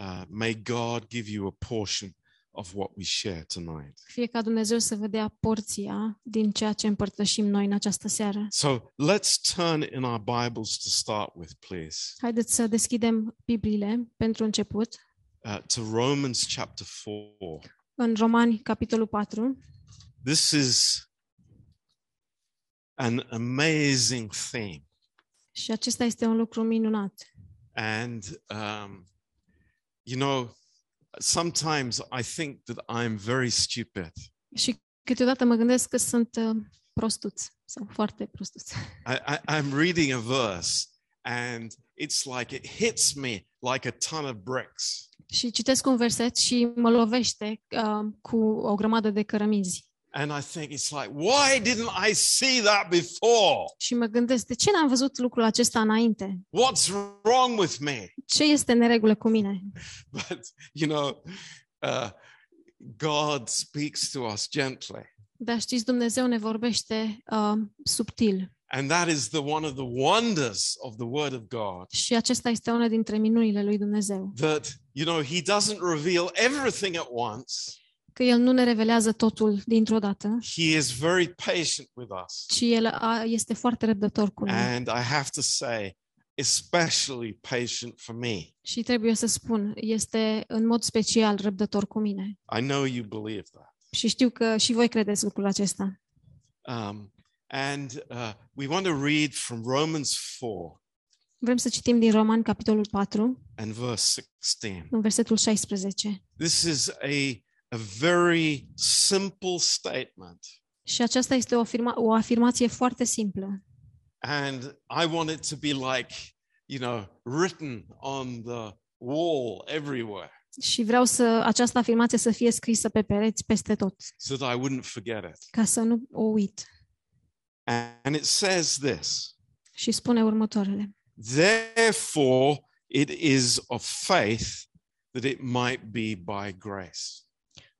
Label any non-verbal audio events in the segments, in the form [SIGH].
Uh, may God give you a portion of what we share tonight. Fie ca Dumnezeu să vă dea porția din ceea ce împărtășim noi în această seară. So let's turn in our Bibles to start with, please, Haideți să deschidem Bibliile pentru început uh, to Romans chapter 4. în Romani, capitolul 4. This is an amazing thing. Și acesta este un lucru minunat. And, um, you know, sometimes I think that I'm very stupid. Și câteodată mă gândesc că sunt uh, prostuț sau foarte prostuț. [LAUGHS] I, I, I'm reading a verse and it's like it hits me like a ton of bricks. Și citesc un verset și mă lovește uh, cu o grămadă de cărămizi. And I think it's like, why didn't I see that before? Și mă gândesc, de ce n-am văzut lucrul acesta înainte? What's wrong with me? [LAUGHS] Ce este în neregulă cu mine? But, you know, uh, God speaks to us gently. Dar știți, Dumnezeu ne vorbește uh, subtil. And that is the one of the wonders of the Word of God Și acesta este una dintre minunile lui Dumnezeu. that, you know, He doesn't reveal everything at once. Că El nu ne revelează totul dintr-o dată, He is very patient with us. ci El a, este foarte răbdător cu noi. And I have to say, especially patient for me. Și trebuie să spun, este în mod special răbdător cu mine. I know you believe that. Și știu că și voi credeți lucrul acesta. Um, and uh, we want to read from Romans 4 Vrem să citim din Roman, capitolul 4, and verse 16. în versetul 16. This is a, a very simple statement. Și aceasta este o, afirma- o afirmație foarte simplă. And I want it to be like, you know, written on the wall everywhere Și vreau să această afirmație să fie scrisă pe pereți peste tot, so that I wouldn't forget it. ca să nu o uit. And it says this Și spune următoarele. Therefore, it is of faith that it might be by grace.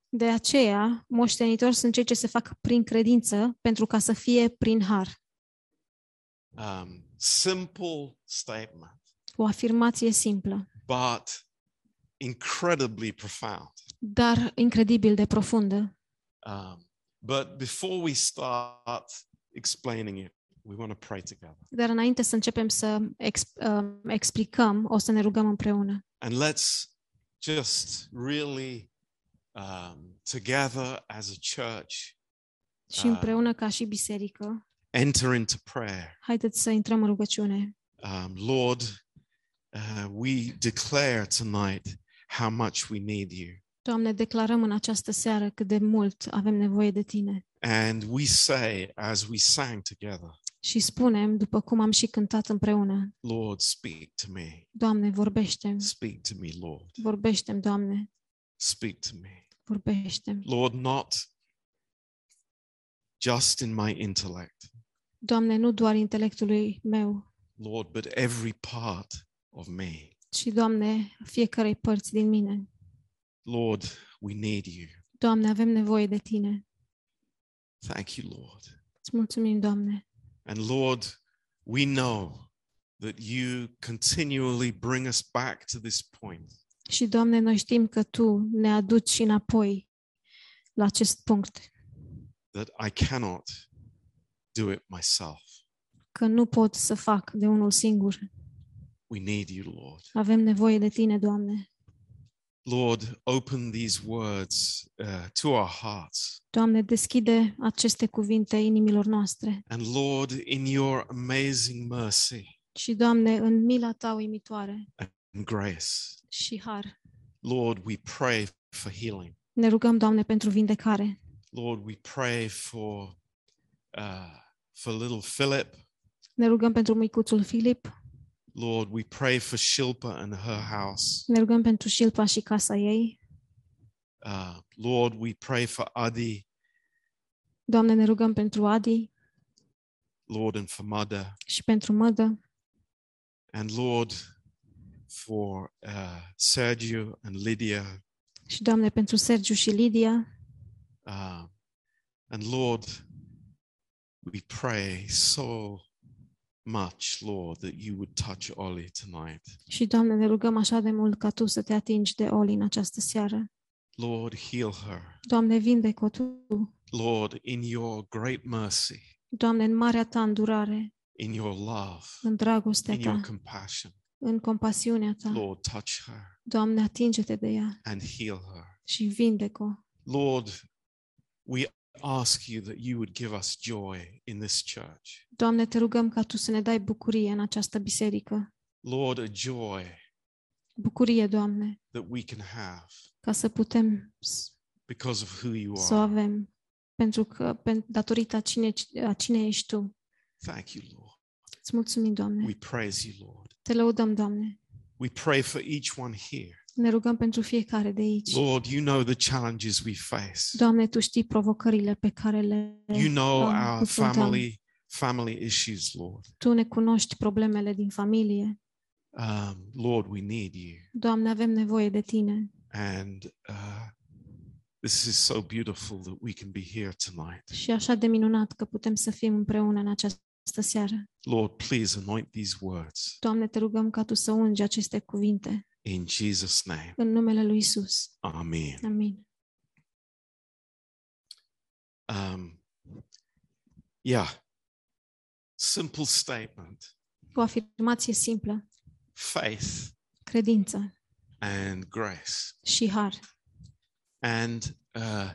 De aceea, moștenitori sunt cei ce se fac prin credință, pentru ca să fie prin har. Um, simple statement, O afirmație simplă, but incredibly profound. dar incredibil de profundă. Um, but before we start explaining it, we want to pray together. Dar înainte să începem să exp- uh, explicăm, o să ne rugăm împreună. And let's just really um, together as a church Și Ah. împreună ca și biserică, enter into prayer. haideți să intrăm în rugăciune. Um, Lord, uh, we declare tonight how much we need you. Doamne, declarăm în această seară cât de mult avem nevoie de Tine. And we say, as we sang together, Și spunem, după cum am și cântat împreună, Lord, speak to me. Doamne, vorbește Speak to me, Lord. vorbește Doamne, Speak to me. vorbește Lord, not just in my intellect, Doamne, nu doar intelectului meu, Lord, but every part of me. ci, Doamne, fiecarei părți din mine. Lord, we need you. Doamne, avem nevoie de Tine. Thank you, Lord. Îți mulțumim, Doamne. And Lord, we know that you continually bring us back to this point. Și, Doamne, noi știm că Tu ne aduci și înapoi la acest punct, that I cannot do it myself. că nu pot să fac de unul singur. We need you, Lord. Avem nevoie de Tine, Doamne. Lord, open these words uh, to our hearts. Doamne, deschide aceste cuvinte inimilor noastre. And Lord, in your amazing mercy Și, Doamne, în mila Ta uimitoare and grace, și har, Lord, we pray for healing. ne rugăm, Doamne, pentru vindecare. Lord, we pray for uh, for little Philip. Ne rugăm pentru micuțul Filip, Lord, we pray for Shilpa and her house. ne rugăm pentru Șilpa și casa ei. Uh, Lord, we pray for Adi, Doamne, ne rugăm pentru Adi, Lord, and for Mother. și pentru mădă and Lord for uh, Sergio and Lydia, și, Doamne, pentru Sergiu și Lidia uh, and Lord, we pray so much, Lord, that you would touch Ollie tonight. Și, Doamne, ne rugăm așa de mult ca Tu să te atingi de Oli în această seară. Lord, heal her. Doamne, vindecă-o Tu. Lord, in your great mercy, Doamne, în marea Ta îndurare, in your love, în dragostea in your Ta, compassion, în compasiunea Ta, Lord, touch her Doamne, atinge-te de ea and heal her. și vindecă-o. Lord, we ask you that you would give us joy in this church. Doamne, te rugăm ca Tu să ne dai bucurie în această biserică. Lord, a joy Bucurie, Doamne, that we can have ca să putem s- because of who you să o are. avem. Pentru că, pen- datorită a cine, a cine ești Tu. Thank you, Lord. Îți mulțumim, We Doamne. praise you, Lord. Te lăudăm, Doamne. We pray for each one here. Ne rugăm pentru fiecare de aici. Lord, you know the challenges we face. Doamne, Tu știi provocările pe care le... You know Doamne, our confruntăm. family family issues, Lord. Tu ne cunoști problemele din familie. Um, Lord, we need you, Doamne, avem nevoie de Tine. and uh, this is so beautiful that we can be here tonight. Și e așa de minunat că putem să fim împreună în această seară. Lord, please anoint these words Doamne, te rugăm ca Tu să ungi aceste cuvinte. in Jesus' name. În numele Lui Isus. Amen. Amin. Um, yeah. Simple statement O afirmație simplă. faith Credință and grace. și har. And uh,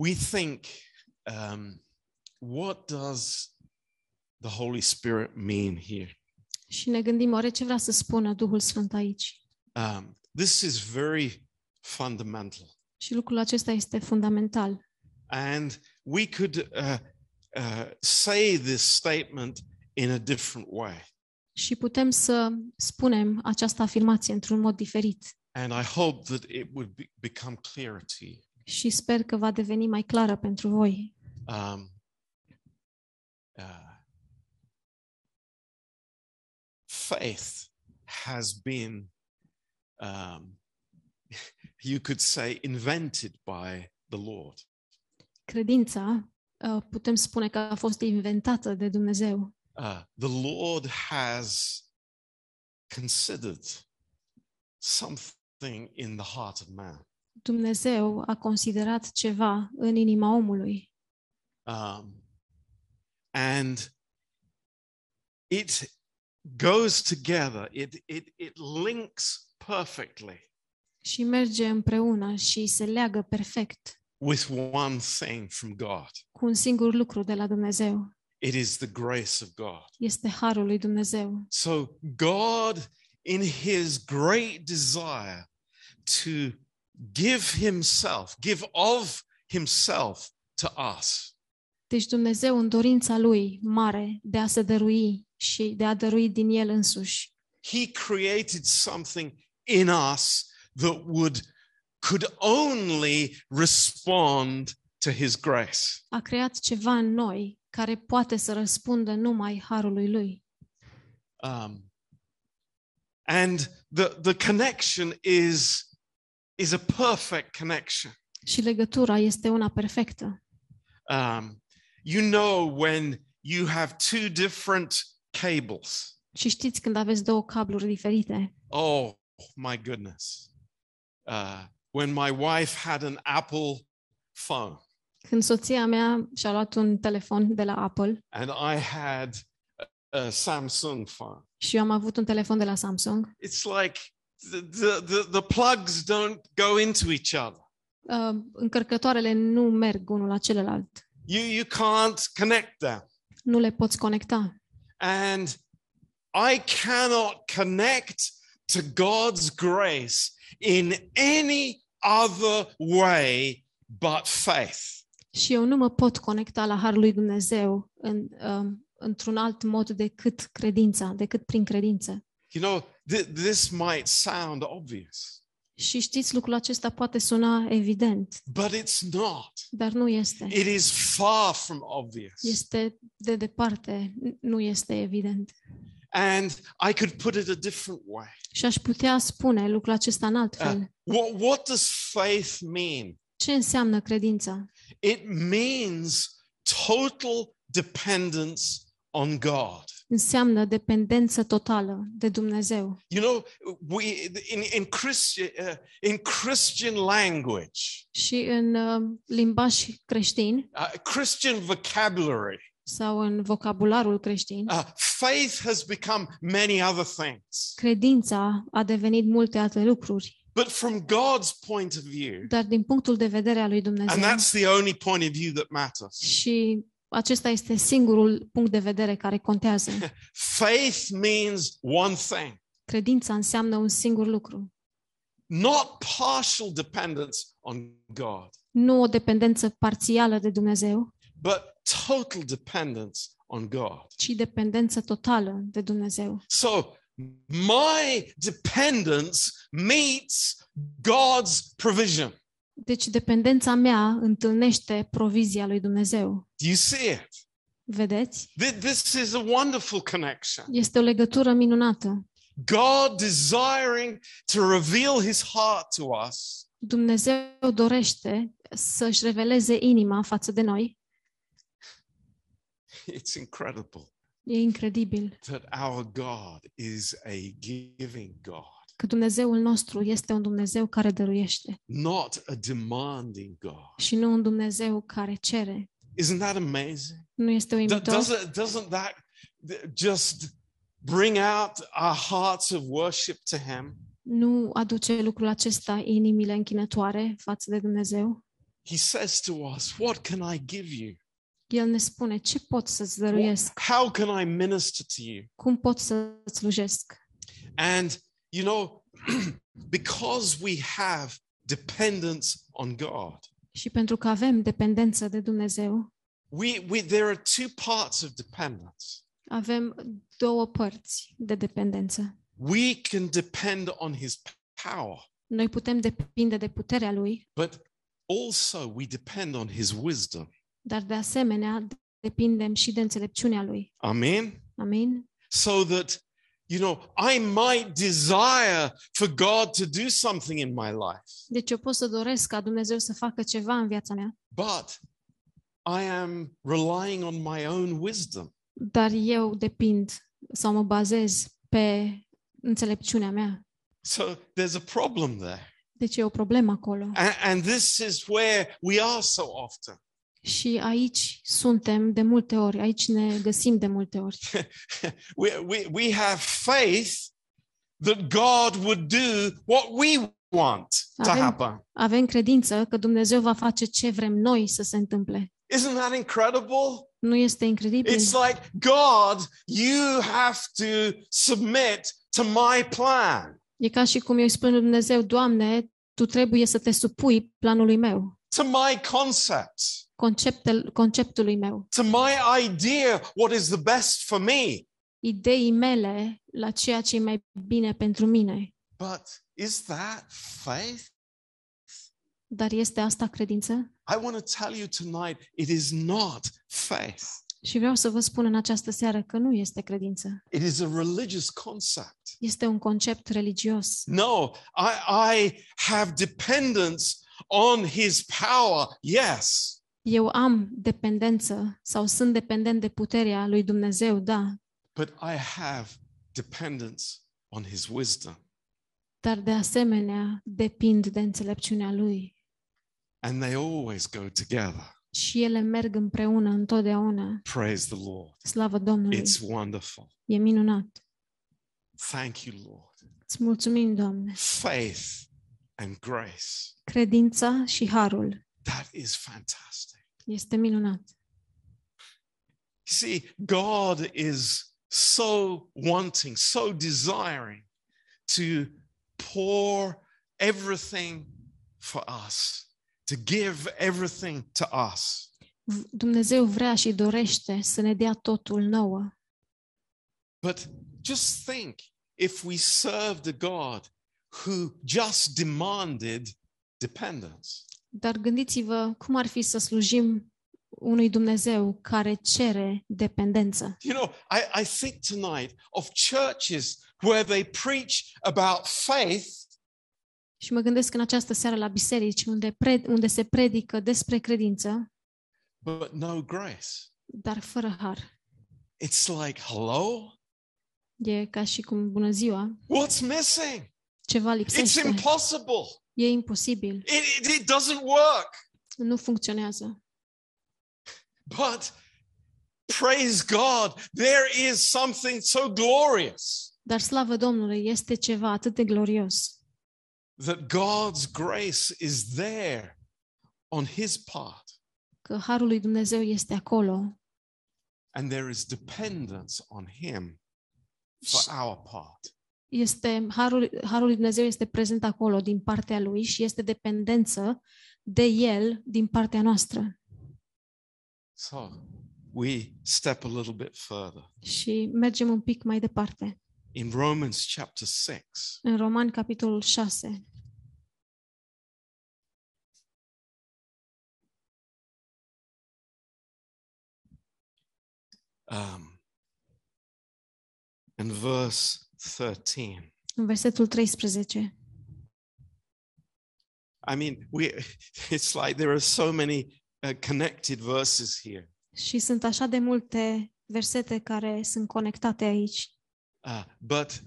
we think, um, what does the Holy Spirit mean here? Și ne gândim, oare ce vrea să spună Duhul Sfânt aici? Um, this is very fundamental. Și lucrul acesta este fundamental. And we could uh, uh, say this statement in a different way. Și putem să spunem această afirmație într-un mod diferit. And I hope that it would be, become clearer to you. Și sper că va deveni mai clară pentru voi. Um, uh, faith has been, um, [LAUGHS] you could say, invented by the Lord. Credința, uh, putem spune că a fost inventată de Dumnezeu. Uh, the Lord has considered something in the heart of man. Dumnezeu a considerat ceva în inima omului Um, and it goes together, it, it, it links perfectly și merge împreună și se leagă perfect with one thing from God. cu un singur lucru de la Dumnezeu. It is the grace of God. Este harul lui Dumnezeu. So, God, in his great desire to give himself, give of himself to us, Deci Dumnezeu în dorința lui mare de a se dărui și de a dărui din el însuși, he created something in us that would could only respond to his grace a creat ceva în noi care poate să răspundă numai harului lui. Um, and the the connection is is a perfect connection Și legătura este una perfectă. Um, you know when you have two different cables Și știți când aveți două cabluri diferite. oh my goodness Uh, when my wife had an apple phone Când soția mea și-a luat un telefon de la Apple and i had a- a samsung phone și eu am avut un telefon de la Samsung, it's like the, the, the, the plugs don't go into each other. uh, încărcătoarele nu merg unul la celălalt. You, you can't connect them. Nu le poți conecta. And I cannot connect to God's grace in any other way but faith. Și eu nu mă pot conecta la Harul lui Dumnezeu în, uh, într-un alt mod decât credința, decât prin credință. You know, th- this might sound obvious, Și știți, lucrul acesta poate suna evident, but it's not. dar nu este. It is far from obvious. Este de departe, nu este evident. And I could put it a different way. Și aș putea spune lucrul acesta în alt fel. What, what does faith mean? Ce înseamnă credința? It means total dependence on God. înseamnă dependență totală de Dumnezeu. You know, we in in Christian uh, in Christian language, Și în uh, limbaj creștin uh, Christian vocabulary, sau în vocabularul creștin, uh, faith has become many other things. credința a devenit multe alte lucruri. But from God's point of view, Dar din punctul de vedere al lui Dumnezeu, and that's the only point of view that matters. și acesta este singurul punct de vedere care [LAUGHS] contează. Faith means one thing, Credința înseamnă un singur lucru, not partial dependence on God, nu o dependență parțială de Dumnezeu, but total dependence on God. ci dependență totală de Dumnezeu. So my dependence meets God's provision. Deci dependența mea întâlnește provizia lui Dumnezeu. Do you see it? Vedeți? Th- This is a wonderful connection. Este o legătură minunată. God desiring to reveal his heart to us Dumnezeu dorește să-și reveleze inima față de noi. It's incredible E incredibil that our God is a giving God, că Dumnezeul nostru este un Dumnezeu care dăruiește not a demanding God. și nu un Dumnezeu care cere. Isn't that amazing? Nu este Do- uimitor? Doesn't, doesn't that th- just bring out our hearts of worship to Him? Nu aduce lucrul acesta inimile închinătoare față de Dumnezeu? He says to us, What can I give you? El ne spune ce pot să-ți What- dăruiesc, How can I minister to you? cum pot să-ți slujesc. And, you know, [CLEARS THROAT] because we have dependence on God, Și pentru că avem dependență de Dumnezeu, we, we, there are two parts of dependence. avem două părți de dependență. We can depend on His power, Noi putem depinde de puterea Lui, but also we depend on His wisdom. dar de asemenea depindem și de înțelepciunea Lui. Amen? Amin? so that you know i might desire for god to do something in my life Deci eu pot să doresc ca Dumnezeu să facă ceva în viața mea, but i am relying on my own wisdom dar eu depind sau mă bazez pe înțelepciunea mea. so there's a problem there Deci e o problemă acolo. A- and, this is where we are so often Și aici suntem de multe ori, aici ne găsim de multe ori. we, we, we have faith that god would do what we want to Avem- happen Avem credință că Dumnezeu va face ce vrem noi să se întâmple. isn't that incredible Nu este incredibil? It's like, God, you have to submit to my plan, E ca și cum eu îi spun lui Dumnezeu, Doamne, Tu trebuie să te supui planului meu, to my concepts, conceptel, conceptului meu, to my idea, what is the best for me. ideii mele la ceea ce e mai bine pentru mine. But is that faith? Dar este asta credință? I want to tell you tonight, it is not faith. Și vreau să vă spun în această seară că nu este credință. It is a religious concept. Este un concept religios. No, I, I have dependence on his power, yes, Eu am dependență sau sunt dependent de puterea lui Dumnezeu, da, but I have dependence on his wisdom. dar de asemenea depind de înțelepciunea lui. and they always go together. Și ele merg împreună întotdeauna. Praise the Lord. Slavă Domnului! It's wonderful. E minunat! Thank you, Lord. Îți mulțumim, Doamne. Faith and grace. Credința și harul That is fantastic. este minunat. You see, God is so wanting, so desiring to pour everything for us, to give everything to us. V- Dumnezeu vrea și dorește să ne dea totul nouă. But just think if we served a God who just demanded dependence. Dar gândiți-vă cum ar fi să slujim unui Dumnezeu care cere dependență. You know, I, I think tonight of churches where they preach about faith, Și mă gândesc în această seară la biserici unde, pre- unde se predică despre credință, but no grace. dar fără har. It's like, hello? E ca și cum bună ziua, What's missing? ceva It's lipsește. impossible. E imposibil, It, it, it doesn't work. nu funcționează. But praise God, there is something so glorious Dar slavă Domnului, este ceva atât de glorios. that God's grace is there on his part. Că harul lui Dumnezeu este acolo And there is dependence on him for și our part. este, harul, harul lui Dumnezeu este prezent acolo din partea lui și este dependență de el din partea noastră. So we step a little bit further. Și mergem un pic mai departe. In Romans chapter 6, În Roman, capitolul 6, um, and verse 13. în versetul 13. I mean, we, [LAUGHS] it's like there are so many uh, connected verses here. Și sunt așa de multe versete care sunt conectate aici. Uh, but,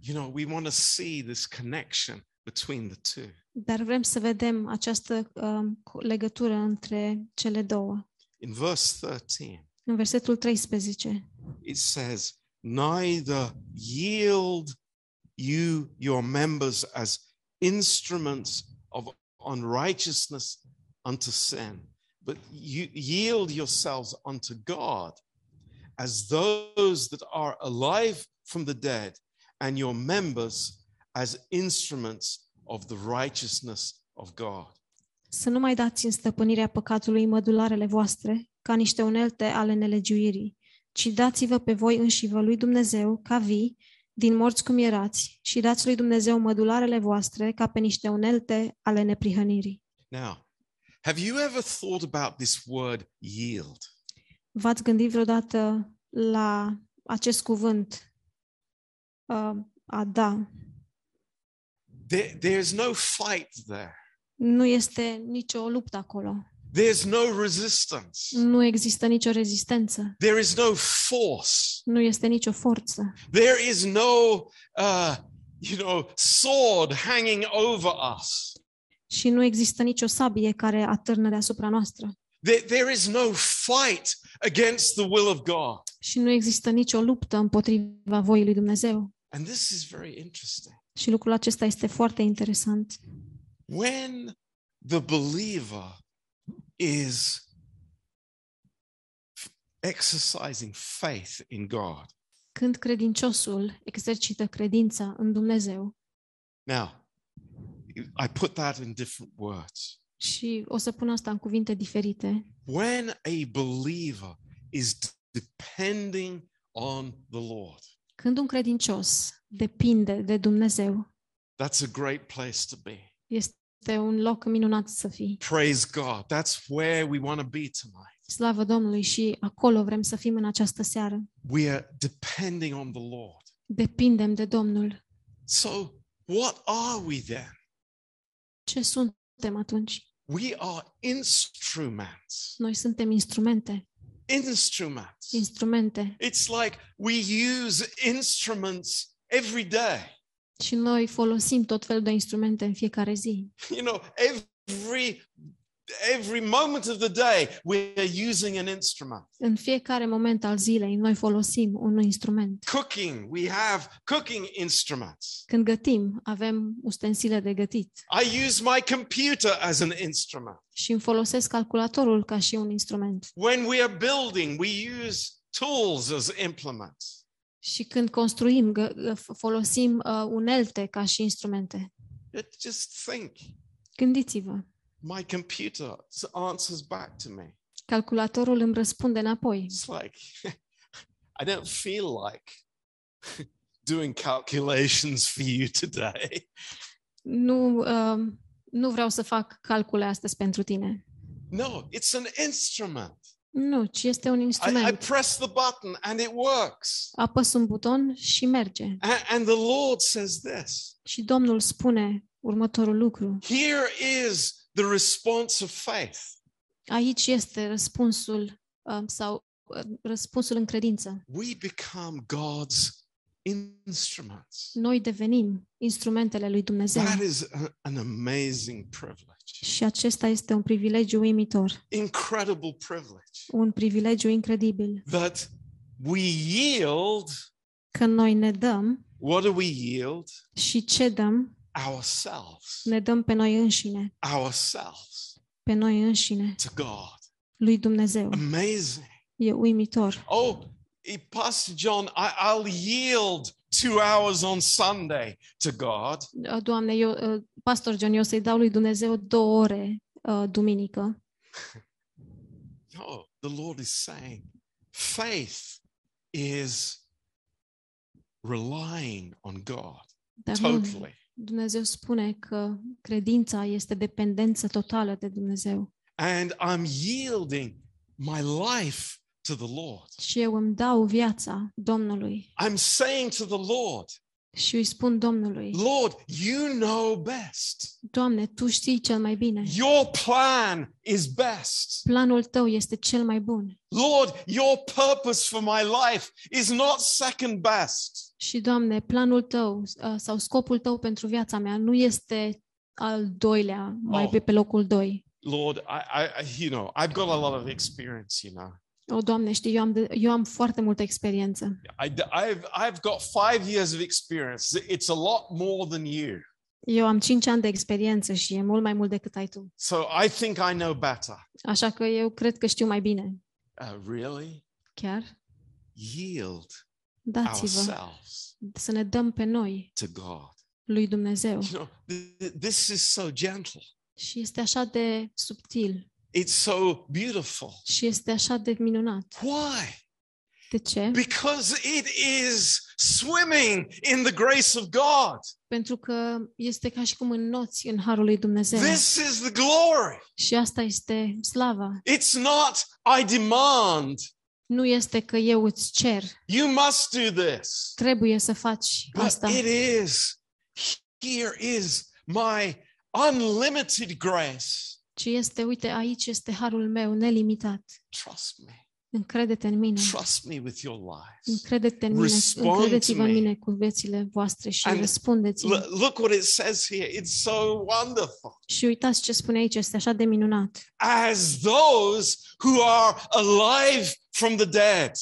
you know, we want to see this connection between the two. Dar vrem să vedem această um, co- legătură între cele două. In verse 13, În versetul 13 it says, Neither yield you your members as instruments of unrighteousness unto sin, but you yield yourselves unto God as those that are alive from the dead, and your members as instruments of the righteousness of God. Să nu mai dați în stăpânirea păcatului mădularele voastre, ca niște unelte ale nelegiuirii, ci dați-vă pe voi înșivă lui Dumnezeu ca vii, din morți cum erați, și dați lui Dumnezeu mădularele voastre ca pe niște unelte ale neprihănirii. Now, have you ever thought about this word yield? V-ați gândit vreodată la acest cuvânt? Uh, a da. There, there's no fight there. Nu este nicio luptă acolo. There's no resistance. Nu există nicio rezistență. There is no force. Nu este nicio forță. There is no, uh, you know, sword hanging over us. Și nu există nicio sabie care atârnă deasupra noastră. There, there is no fight against the will of God. Și nu există nicio luptă împotriva voii lui Dumnezeu. And this is very interesting. Și lucrul acesta este foarte interesant. When the believer is f- exercising faith in God. Când credinciosul exercită credința în Dumnezeu, Now, I put that in different words. și o să pun asta în cuvinte diferite, when a believer is d- depending on the Lord, când un credincios depinde de Dumnezeu, that's a great place to be. este un loc minunat să fii. Praise God. That's where we want to be tonight. Slavă Domnului și acolo vrem să fim în această seară. We are depending on the Lord. Depindem de Domnul. So, what are we then? Ce suntem atunci? We are instruments. Noi suntem instrumente, Instruments. instrumente It's like we use instruments every day. și noi folosim tot felul de instrumente în fiecare zi. You know, every every moment of the day we're using an instrument. În fiecare moment al zilei noi folosim un instrument. cooking we have cooking instruments Când gătim, avem ustensile de gătit i use my computer as an instrument și îmi folosesc calculatorul ca și un instrument. when we are building we use tools as implements Și când construim, gă- f- folosim uh, unelte ca și instrumente. It- just think Gândiți-vă, my computer s- answers back to me calculatorul îmi răspunde înapoi. it's like [LAUGHS] i don't feel like [LAUGHS] doing calculations for you today Nu, uh, nu vreau să fac calcule astăzi pentru tine. no it's an instrument Nu, ci este un I, I instrument. press the button and it works apăs un buton și merge. A- and the lord says this Și Domnul spune următorul lucru. Here is the response of faith. Aici este răspunsul um, sau răspunsul în credință. We become God's instruments. Noi devenim instrumentele lui Dumnezeu That is a- an amazing privilege, și acesta este un privilegiu uimitor, incredible privilege un privilegiu incredibil. that we yield. Că noi ne dăm What do we yield? și ce dăm, Ourselves, ne dăm pe noi înșine, ourselves pe noi înșine, to God. lui Dumnezeu. Amazing. E uimitor. Oh, eh, Pastor John, I, I'll yield two hours on Sunday to God. Doamne, eu, uh, pastor John, eu să-i dau lui Dumnezeu două ore uh, duminică. No, the Lord is saying faith is relying on God Dar nu, totally. Dumnezeu spune că credința este dependență totală de Dumnezeu. And I'm yielding my life to the Lord. Și eu îmi dau viața Domnului I'm saying to the Lord, și îi spun Domnului, Lord, you know best. Doamne, Tu știi cel mai bine. Your plan is best. Planul Tău este cel mai bun. Lord, your purpose for my life is not second best. Și, Doamne, planul Tău uh, sau scopul Tău pentru viața mea nu este al doilea, mai Oh. pe, pe locul doi. Lord, I, I, I- you know, I've got a lot of experience, you know. O, Doamne, știi, eu am, de, eu am foarte multă experiență. I, have I've got five years of experience. It's a lot more than you. Eu am cinci ani de experiență și e mult mai mult decât ai tu. So I think I know better. Așa că eu cred că știu mai bine. Uh, really? Chiar? Yield Dați-vă ourselves să ne dăm pe noi to God. lui Dumnezeu. You know, th- th- this is so gentle. Și este așa de subtil It's so beautiful. și este așa de minunat. Why? De ce? Because it is swimming in the grace of God. Pentru că este ca și cum înnoți în harul lui Dumnezeu. This is the glory. Și asta este slava. It's not, I demand, Nu este că eu îți cer, you must do this. trebuie să faci But asta, it is, here is my unlimited grace. ci este, uite, aici este harul meu nelimitat. Trust me. Încrede-te în mine. Trust me with your lives. Încrede-te în mine, Respond încredeți-vă me. în mine cu viețile voastre și And răspundeți Look, look what it says here. It's so wonderful. Și uitați ce spune aici, este așa de minunat. As those who are alive from the dead.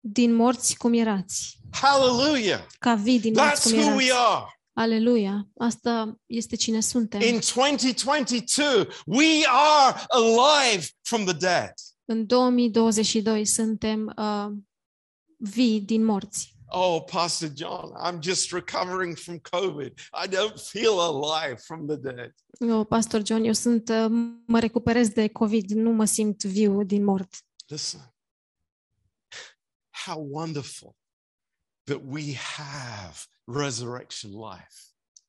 Din morți cum erați, Hallelujah. ca vii din That's morți cum who we erați. are. Aleluia! Asta este cine suntem. In 2022, we are alive from the dead. În 2022 suntem uh, vii din morți. Oh, Pastor John, I'm just recovering from COVID. I don't feel alive from the dead. Eu, Pastor John, eu sunt, uh, mă recuperez de COVID, nu mă simt viu din mort. Listen, how wonderful that we have resurrection life.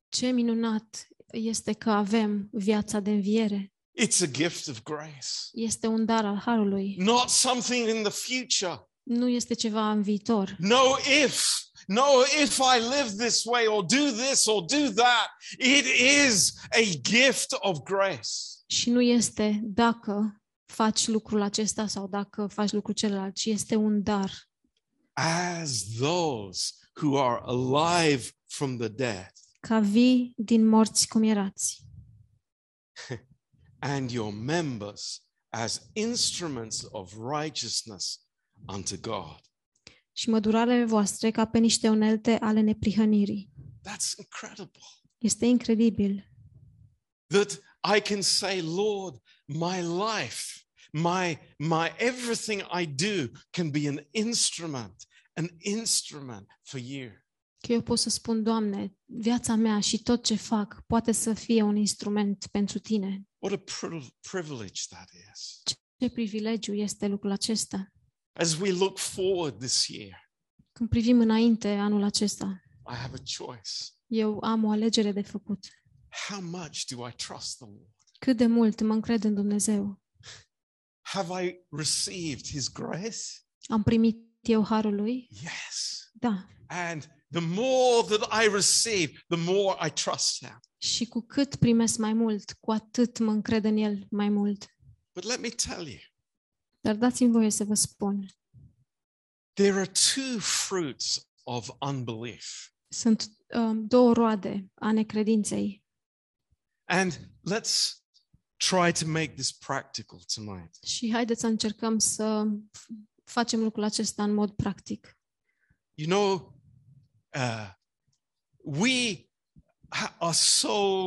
Ce minunat este că avem viața de înviere. It's a gift of grace, Este un dar al Harului. not something in the future. Nu este ceva în viitor. No if. No, if I live this way or do this or do that, it is a gift of grace. Și nu este dacă faci lucrul acesta sau dacă faci lucrul celălalt, ci este un dar. As those who are alive from the dead Ca vii din morți cum erați and your members as instruments of righteousness unto God. și mădurarele voastre ca pe niște unelte ale neprihănirii. That's incredible. Este incredibil That I can say, Lord, my life, my my everything I do can be an instrument, an instrument for you. că eu pot să spun, Doamne, viața mea și tot ce fac poate să fie un instrument pentru Tine. What a priv- privilege that is. Ce privilegiu este lucrul acesta? As we look forward this year, Când privim înainte anul acesta, I have a choice. eu am o alegere de făcut. How much do I trust the Lord? Cât de mult mă încred în Dumnezeu? Have I received His grace? Am primit eu harul Lui? Yes. Da. And the more that I receive, the more I trust Him. Și cu cât primesc mai mult, cu atât mă încred în El mai mult. But let me tell you, Dar dați-mi voie să vă spun, There are two fruits of unbelief. Sunt um, două roade a necredinței And let's try to make this practical tonight. și haideți să încercăm să f- facem lucrul acesta în mod practic. You know, uh, we ha- are so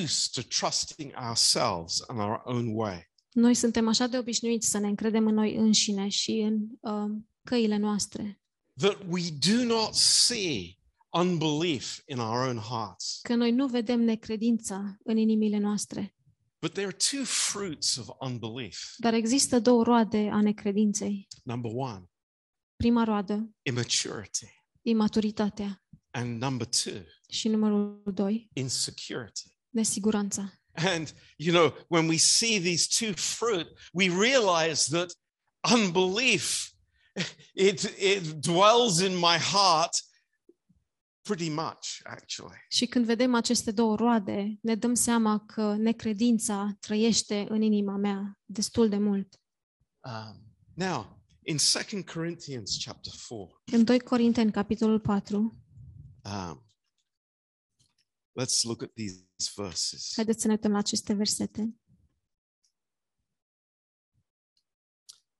used to trusting ourselves and our own way. Noi suntem așa de obișnuiți să ne încredem în noi înșine și în um, căile noastre, that we do not see unbelief in our own hearts. că noi nu vedem necredința în inimile noastre. But there are two fruits of unbelief. Dar există două roade a necredinței. Number one, Prima roadă, immaturity. imaturitatea And number two, și numărul doi, insecurity. nesiguranța. And, you know, when we see these two fruit, we realize that unbelief, it, it dwells in my heart pretty much, actually. Și când vedem aceste două roade, ne dăm seama că necredința trăiește în inima mea destul de mult. Um, now, in 2 Corinthians chapter 4, În 2 Corinteni, capitolul 4, Um, let's look at these verses. haideți să ne uităm la aceste versete.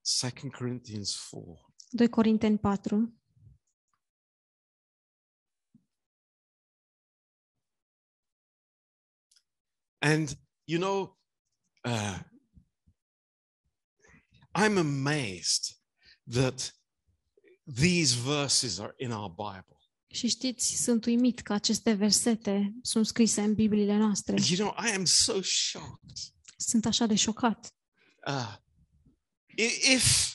Second Corinthians 4. 2 Corinteni 4, And, you know, uh, I'm amazed that these verses are in our Bible. și știți, sunt uimit că aceste versete sunt scrise în Bibliile noastre. You know, I am so shocked. Sunt așa de șocat. Uh, i- if,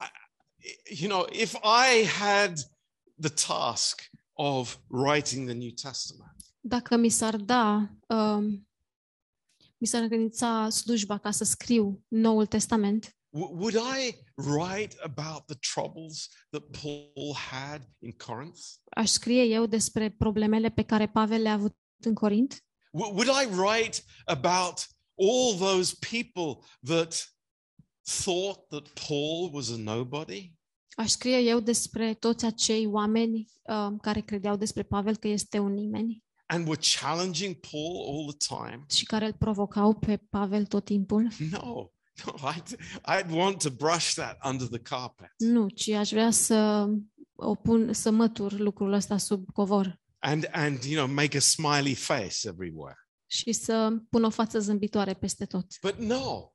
I- you know, if I had the task of writing the New Testament, Dacă mi s-ar da, um, mi s-ar încredința slujba ca să scriu Noul Testament, W- Would I write about the troubles that Paul had in Corinth? aș scrie eu despre problemele pe care Pavel le-a avut în Corint? W- Would I write about all those people that thought that Paul was a nobody? Aș scrie eu despre toți acei oameni uh, care credeau despre Pavel că este un nimeni And were challenging Paul all the time. și care îl provocau pe Pavel tot timpul. No, [LAUGHS] no, I'd, I'd want to brush that under the carpet. Nu, ci aș vrea să opun, să mătur lucrul ăsta sub covor And, and, you know, make a smiley face everywhere. și să pun o față zâmbitoare peste tot. But no,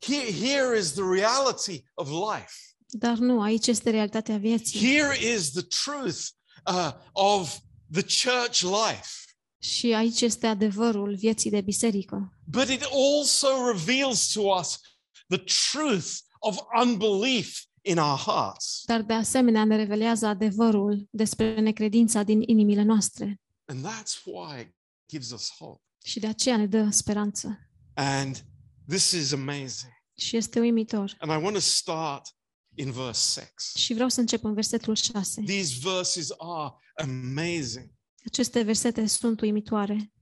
here, here is the reality of life. Dar nu, aici este realitatea vieții Here is the truth uh, of the church life, și aici este adevărul vieții de biserică. but it also reveals to us the truth of unbelief in our hearts. Dar de asemenea ne revelează adevărul despre necredința din inimile noastre And that's why it gives us hope. și de aceea ne dă speranță. And this is amazing. Și este uimitor. And I want to start in verse 6. Și vreau să încep în versetul 6. These verses are amazing. Aceste versete sunt uimitoare.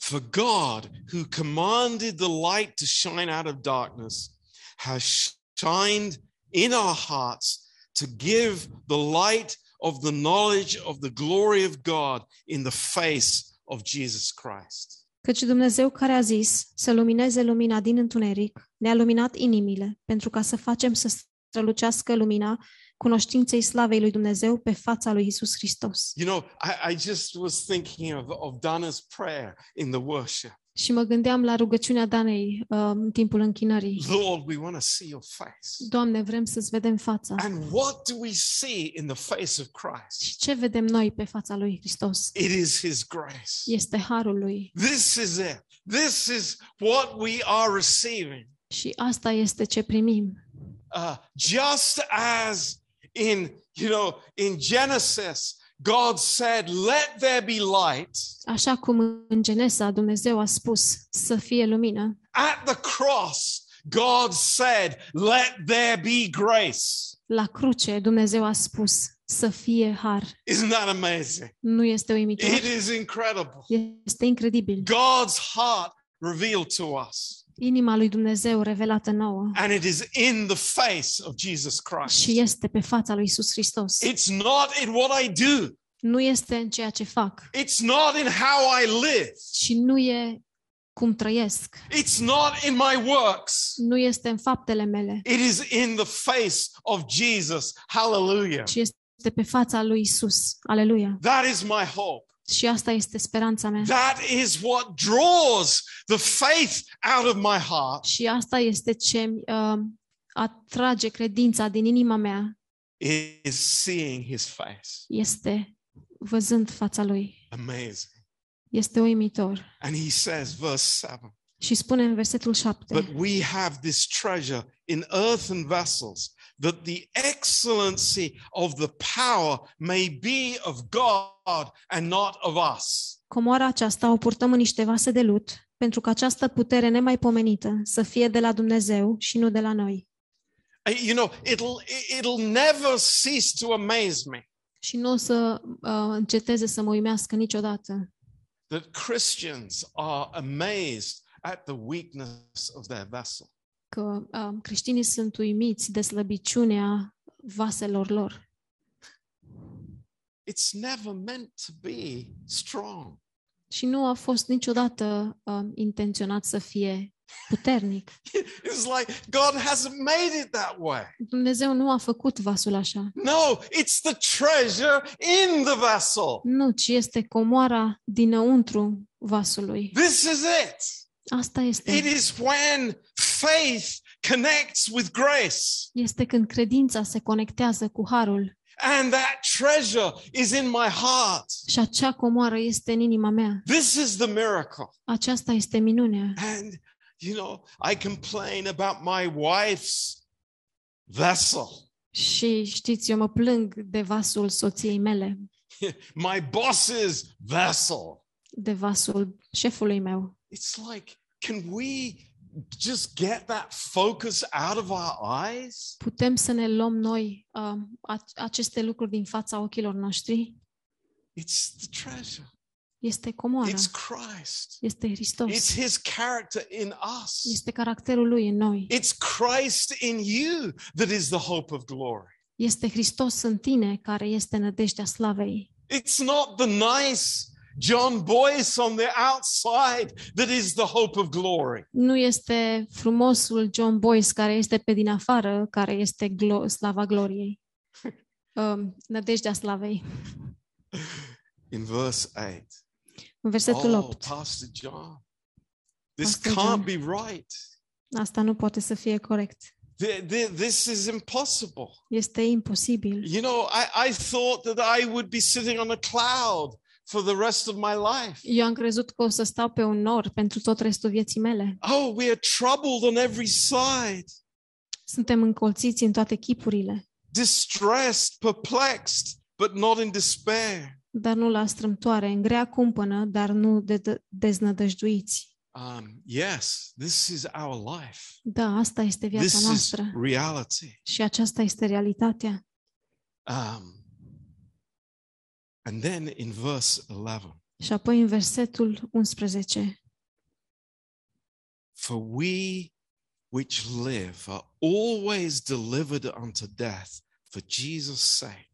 For God, who commanded the light to shine out of darkness, has shined in our hearts to give the light of the knowledge of the glory of God in the face of Jesus Christ. Căci Dumnezeu care a zis să lumineze lumina din întuneric, ne-a luminat inimile, pentru ca să facem să strălucească lumina cunoștinței slavei lui Dumnezeu pe fața lui Isus Hristos. You know, I, I just was thinking of, of Dana's prayer in the worship. Și mă gândeam la rugăciunea Danei uh, în timpul închinării. Lord, we want to see your face. Doamne, vrem să-ți vedem fața. And what do we see in the face of Christ? Și ce vedem noi pe fața lui Hristos? It is his grace. Este harul lui. This is it. This is what we are receiving. Și asta este ce primim. Uh, just as in, you know, in Genesis, God said, let there be light. Așa cum în Genesa Dumnezeu a spus să fie lumină, At the cross, God said, let there be grace. La cruce Dumnezeu a spus să fie har. Isn't that amazing? Nu este uimitor. It is incredible. Este incredibil. God's heart revealed to us. inima lui Dumnezeu revelată nouă and it is in the face of Jesus Christ. și este pe fața lui Isus Hristos. It's not in what I do. Nu este în ceea ce fac It's not in how I live. și nu e cum trăiesc. It's not in my works. Nu este în faptele mele, It is in the face of Jesus. Hallelujah. ci este pe fața lui Isus. Aleluia! That is my hope. Și asta este speranța mea. That is what draws the faith out of my heart Și asta este ce uh, atrage credința din inima mea, is seeing his face. este văzând fața lui. Amazing. Este uimitor. And he says, verse 7, Și spune în versetul 7. but we have this treasure in earthen vessels, that the excellency of the power may be of God and not of us. Comoara aceasta o purtăm în niște vase de lut, pentru că această putere nemaipomenită să fie de la Dumnezeu și nu de la noi. Uh, You know, it'll it'll never cease to amaze me Și nu o să uh, înceteze să mă uimească niciodată that Christians are amazed at the weakness of their vessel. că uh, creștinii sunt uimiți de slăbiciunea vaselor lor. It's never meant to be strong. Și nu a fost niciodată uh, intenționat să fie puternic. It's like God hasn't made it that way. Dumnezeu nu a făcut vasul așa. No, it's the treasure in the vessel. Nu, ci este comoara dinăuntru vasului. This is it. Asta este. It is when faith connects with grace. Este când credința se conectează cu harul And that treasure is in my heart. Și acea comoară este în inima mea. This is the miracle. Aceasta este minunea. And, you know, I complain about my wife's vessel. Și știți, eu mă plâng de vasul soției mele, my boss's vessel. de vasul șefului meu. It's like, can we just get that focus out of our eyes? Putem să ne luăm noi uh, ac- aceste lucruri din fața ochilor noștri? It's the treasure. Este comoara, It's Christ. este It's Hristos, his character in us. este caracterul lui în noi, It's Christ in you that is the hope of glory. este Hristos în tine care este nădejdea slavei. It's not the nice John Boyce on the outside that is the hope of glory. Nu este frumosul John Boyce care este pe din afară, care este glo- slava [LAUGHS] gloriei, uh, nădejdea slavei. In verse 8. În versetul Oh, 8. Pastor John, this Pastor can't John. be right. Asta nu poate să fie corect. Th- th- This is impossible. Este imposibil. You know, I, I thought that I would be sitting on a cloud for the rest of my life. Eu am crezut că o să stau pe un nor pentru tot restul vieții mele. Oh, we are troubled on every side, Suntem încolțiți în toate chipurile, distressed, perplexed, but not in despair. dar nu la strâmtoare, în grea cumpănă, dar nu de de- deznădăjduiți. Um, yes, this is our life. Da, asta este viața This is noastră reality. și aceasta este realitatea. Um, and then in verse 11, Și apoi în versetul 11. for we which live are always delivered unto death for Jesus' sake.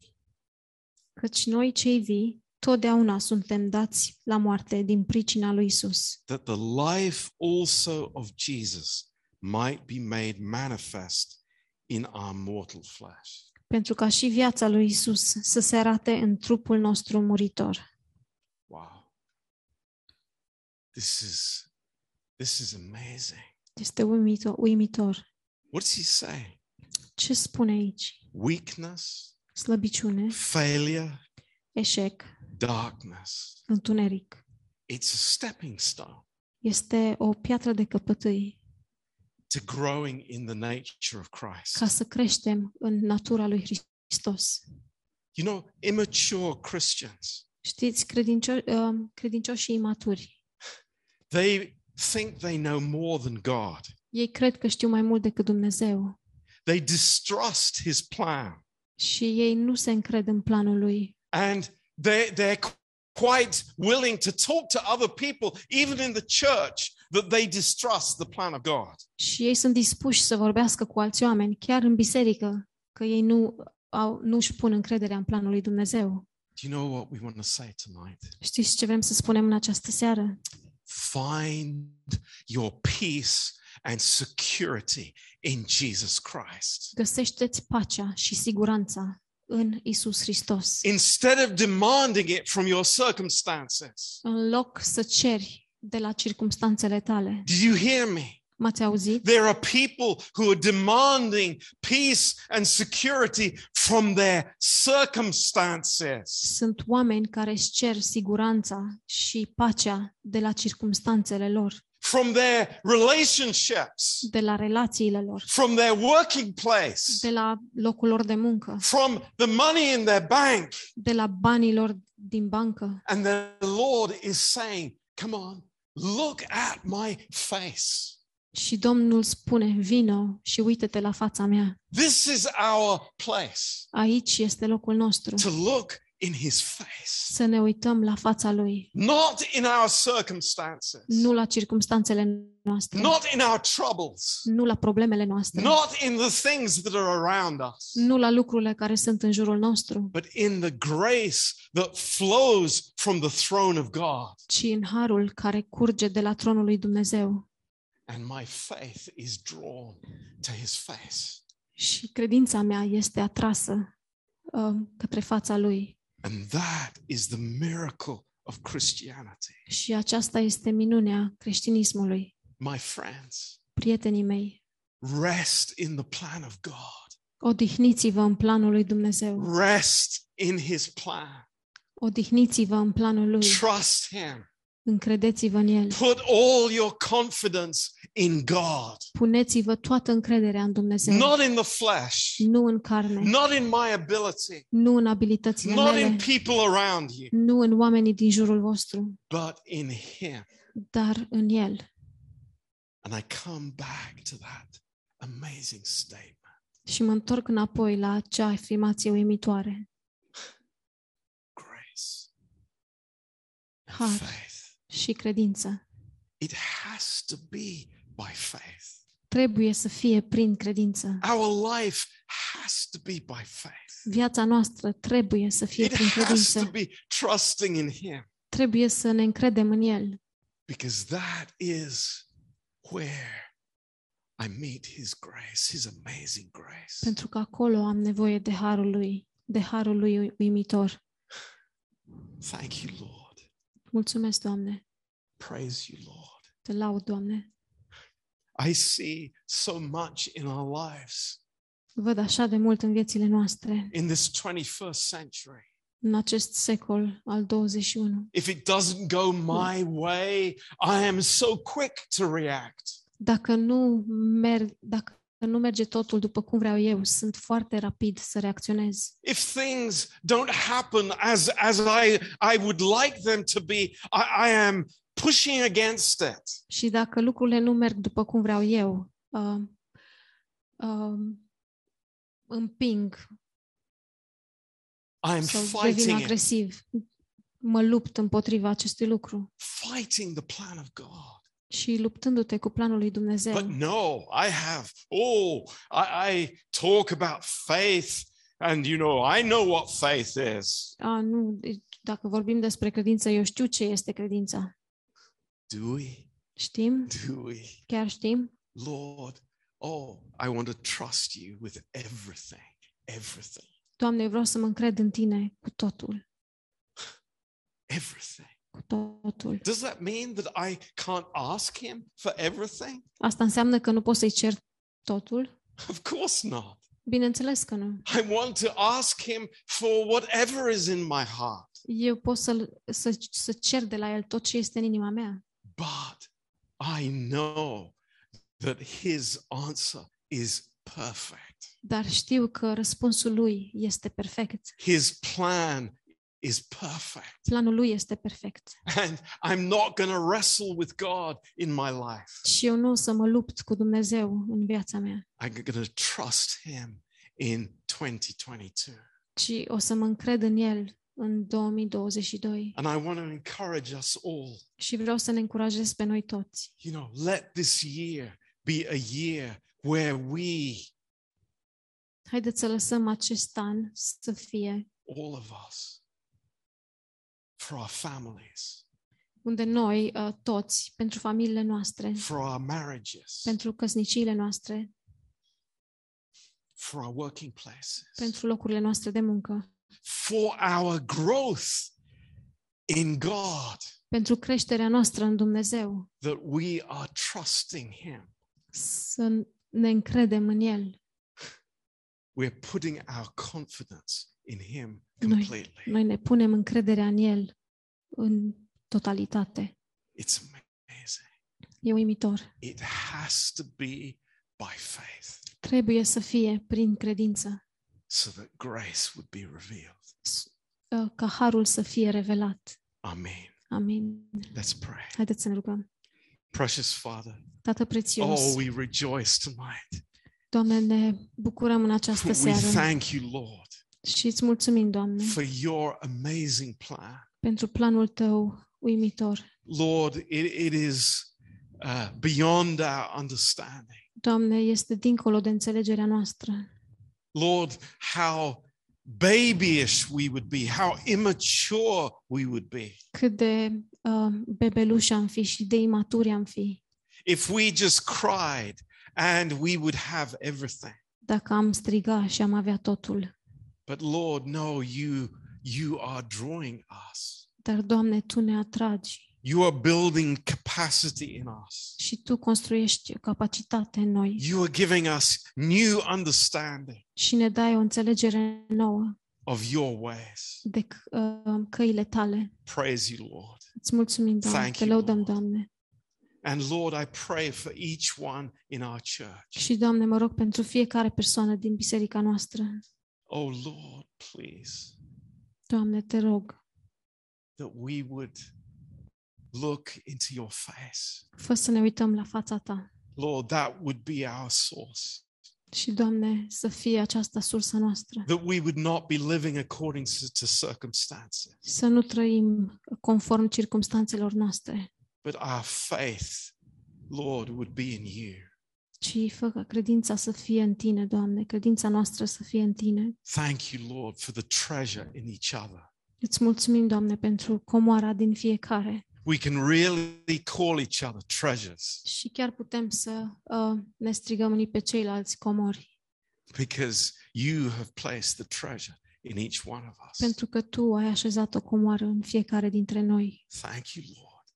Căci noi cei vii, totdeauna suntem dați la moarte din pricina lui Isus, that the life also of Jesus might be made manifest in our mortal flesh. pentru ca și viața lui Isus să se arate în trupul nostru muritor. Wow. This is this is amazing. Este uimitor. uimitor. What's he saying? Ce spune aici? Weakness, Slăbiciune, failure, eșec, darkness. întuneric. It's a stepping stone Este o piatră de căpătâi to growing in the nature of ca Christ. să creștem în natura lui Hristos. You know, immature Christians, Știți, credincio- uh, credincioșii imaturi, they think they know more than God. ei cred că știu mai mult decât Dumnezeu They distrust his plan. și ei nu se încred în planul lui and they, they're qu- quite willing to talk to other people, even in the church, that they distrust the plan of God. Și ei sunt dispuși să vorbească cu alți oameni, chiar în biserică, că ei nu au, nu își pun încrederea în planul lui Dumnezeu. Do you know what we want to say tonight? Știți ce vrem să spunem în această seară? Find your peace and security in Jesus Christ. Găsește-ți pacea și siguranța în Isus Hristos. Instead of demanding it from your circumstances. În loc să ceri de la circumstanțele tale. Do you hear me? M-ați auzit? There are people who are demanding peace and security from their circumstances. Sunt oameni care își cer siguranța și pacea de la circumstanțele lor, from their relationships, de la relațiile lor, from their working place, de la locul lor de muncă, from the money in their bank. de la banii lor din bancă. And the Lord is saying, Come on, look at my face. Și Domnul spune, vino și uită-te la fața mea. This is our place Aici este locul nostru. to look in His face, Să ne uităm la fața Lui, not in our circumstances, nu la circumstanțele noastre, not in our troubles, nu la problemele noastre, not in the things that are around us, nu la lucrurile care sunt în jurul nostru, but in the grace that flows from the throne of God. ci în harul care curge de la tronul lui Dumnezeu. And my faith is drawn to His face. Și credința mea este atrasă uh, către fața Lui. And that is the miracle of Christianity. Și aceasta este minunea creștinismului. My friends, Prietenii mei, rest in the plan of God. odihniți-vă în planul lui Dumnezeu. Rest in his plan. Odihniți-vă în planul Lui. Trust him. Încredeți-vă în El. Put all your confidence in God, Puneți-vă toată încrederea în Dumnezeu. not in the flesh, Nu în carne, not in my ability, nu în abilitățile not in mele, people around you, nu în oamenii din jurul vostru, but in him. dar în El. And I come back to that amazing statement. Și mă întorc înapoi la acea afirmație uimitoare. Grace, and Har faith. și credință. It has to be by faith. Trebuie să fie prin credință. Our life has to be by faith. Viața noastră trebuie să fie It prin has to credință. be trusting in him. Trebuie să ne încredem în El, because that is where I meet His grace, His amazing grace. pentru că acolo am nevoie de harul Lui, de harul Lui uimitor. Thank you, Lord. Mulțumesc, Doamne. Praise you, Lord. Te laud, Doamne. I see so much in our lives Văd așa de mult în viețile noastre, in this 21st century. în acest secol al 21. If it doesn't go my way, I am so quick to react. Dacă nu, merg, dacă nu merge totul după cum vreau eu, sunt foarte rapid să reacționez. If things don't happen as, as I, I would like them to be, I, I am pushing against it. Și dacă lucrurile nu merg după cum vreau eu, uh, uh, împing I'm sau devin fighting it, agresiv. Mă lupt împotriva acestui lucru fighting the plan of God. și luptându-te cu planul lui Dumnezeu. But no, I have. Oh, I, I talk about faith, and you know, I know what faith is. A, nu, deci dacă vorbim despre credință, eu știu ce este credința. Do we? Știm? Do we? Chiar știm? Lord, oh, I want to trust you with everything, everything, Doamne, eu vreau să mă încred în Tine cu totul, everything. cu totul. Does that mean that I can't ask him for everything? Asta înseamnă că nu pot să-i cer totul? Of course not. Bineînțeles că nu. I want to ask him for whatever is in my heart, Eu pot să-l, să, să cer de la El tot ce este în inima mea, but I know that his answer is perfect. dar știu că răspunsul Lui este perfect. His plan is perfect. Planul Lui este perfect. And I'm not going to wrestle with God in my life. și eu nu o să mă lupt cu Dumnezeu în viața mea, I'm going to trust Him in 2022. ci o să mă încred în El în 2022. And I want to encourage us all, Și vreau să ne încurajez pe noi toți. you know, let this year be a year where we, Haideți să lăsăm acest an să fie all of us, for our families, unde noi uh, toți, pentru familiile noastre, for our marriages, pentru căsniciile noastre, for our working places, pentru locurile noastre de muncă, for our growth in God, pentru creșterea noastră în Dumnezeu, that we are trusting Him. să ne încredem în El. We're putting our confidence in Him Noi- completely. Noi ne punem încrederea în El în totalitate. It's amazing. E uimitor. It has to be by faith Trebuie să fie prin credință so that grace would be revealed. s- uh, ca harul să fie revelat. Amen. Amin. Let's pray. Haideți să ne rugăm. Precious Father, Tată prețios, oh, we rejoice tonight. Doamne, ne bucurăm în această We seară thank you, Lord, și îți mulțumim, Doamne, for your amazing plan. pentru planul Tău uimitor. Lord, it, it is uh, beyond our understanding. Doamne, este dincolo de înțelegerea noastră. Lord, how babyish we would be, how immature we would be Cât de uh, bebeluși am fi și de imaturi am fi if we just cried and we would have everything. dacă am striga și am avea totul. But Lord, no, you you are drawing us. Dar, Doamne, Tu ne atragi You are building capacity in us. și Tu construiești capacitate în noi You are giving us new understanding și ne dai o înțelegere nouă of your ways. de c- uh, căile Tale. Praise you, Lord. Îți mulțumim, Doamne, Thank te you, lăudăm, Lord. Doamne. And Lord, I pray for each one in our church. Și, Doamne, mă rog pentru fiecare persoană din biserica noastră. Oh Lord, please, Doamne, te rog, that we would look into your face. fă să ne uităm la fața Ta. Lord, that would be our source. Și, Doamne, să fie aceasta sursa noastră. That we would not be living according to, to circumstances. Să nu trăim conform circumstanțelor noastre, but our faith, Lord, would be in you. ci fă ca credința să fie în Tine, Doamne, credința noastră să fie în Tine. Thank you, Lord, for the treasure in each other. Îți mulțumim, Doamne, pentru comoara din fiecare We can really call each other treasures și chiar putem să uh, ne strigăm unii pe ceilalți comori, because you have placed the treasure in each one of us. pentru că Tu ai așezat o comoară în fiecare dintre noi. Thank you, Lord.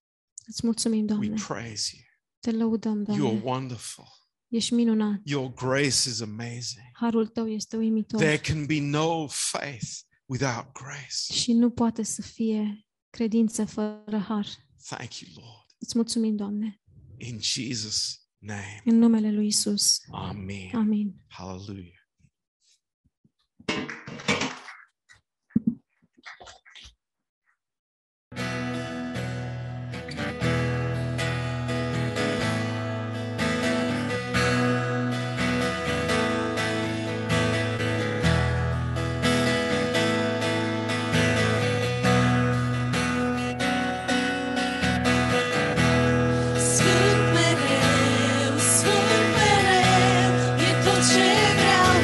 Îți mulțumim, We Doamne, praise you. te lăudăm, You are Doamne, wonderful. ești minunat, Your grace is amazing. harul Tău este There uimitor can be no faith without grace. și nu poate să fie credință fără har. Thank you, Lord. Îți mulțumim, Doamne, In Jesus' name. în numele Lui Isus. Amen. Amin. Hallelujah. Sfânt mereu, sfânt mereu, e tot ce vreau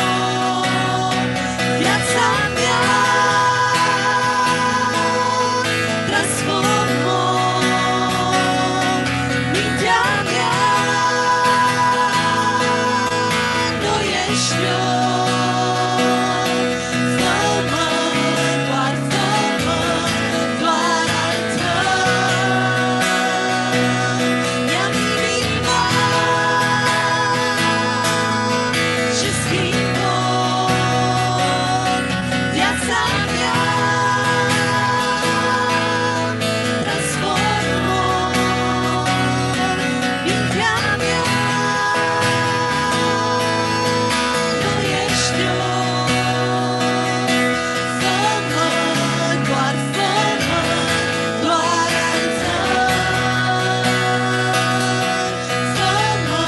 Domnul, viața mea transformă mintea mea, noiește-o. Fă-mă, doar fă-mă, doar al tău. Mi-am inima și schimbă viața mea. Transformă mintea mea. Noiește-o. Fă-mă, doar fă-mă, doar al tău. Fă-mă,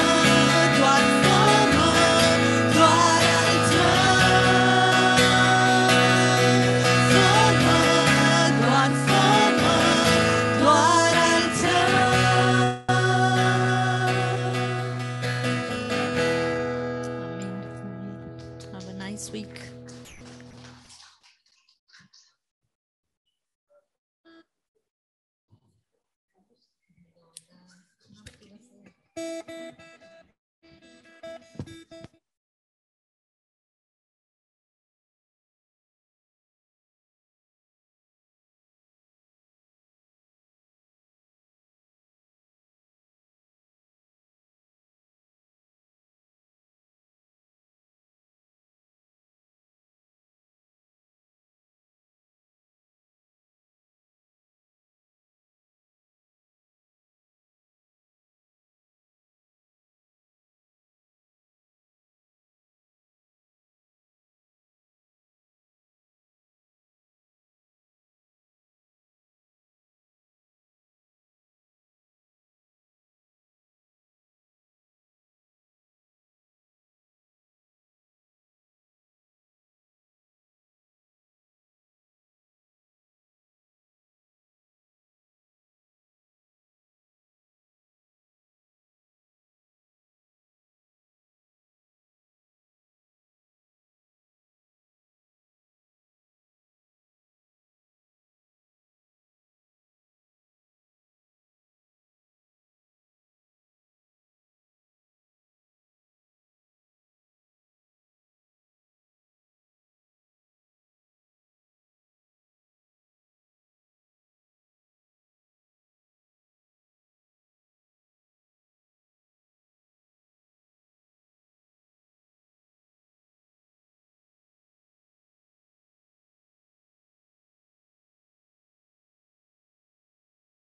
doar fă-mă, doar al tău. Fă-mă, doar fă-mă, doar al tău. Amin. Have a nice week.